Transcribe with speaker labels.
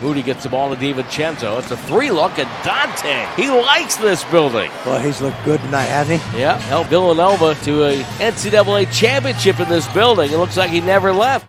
Speaker 1: Moody gets the ball to DiVincenzo. It's a three look at Dante. He likes this building.
Speaker 2: Well, he's looked good tonight, hasn't he?
Speaker 1: Yeah, helped Villanova to a NCAA championship in this building. It looks like he never left.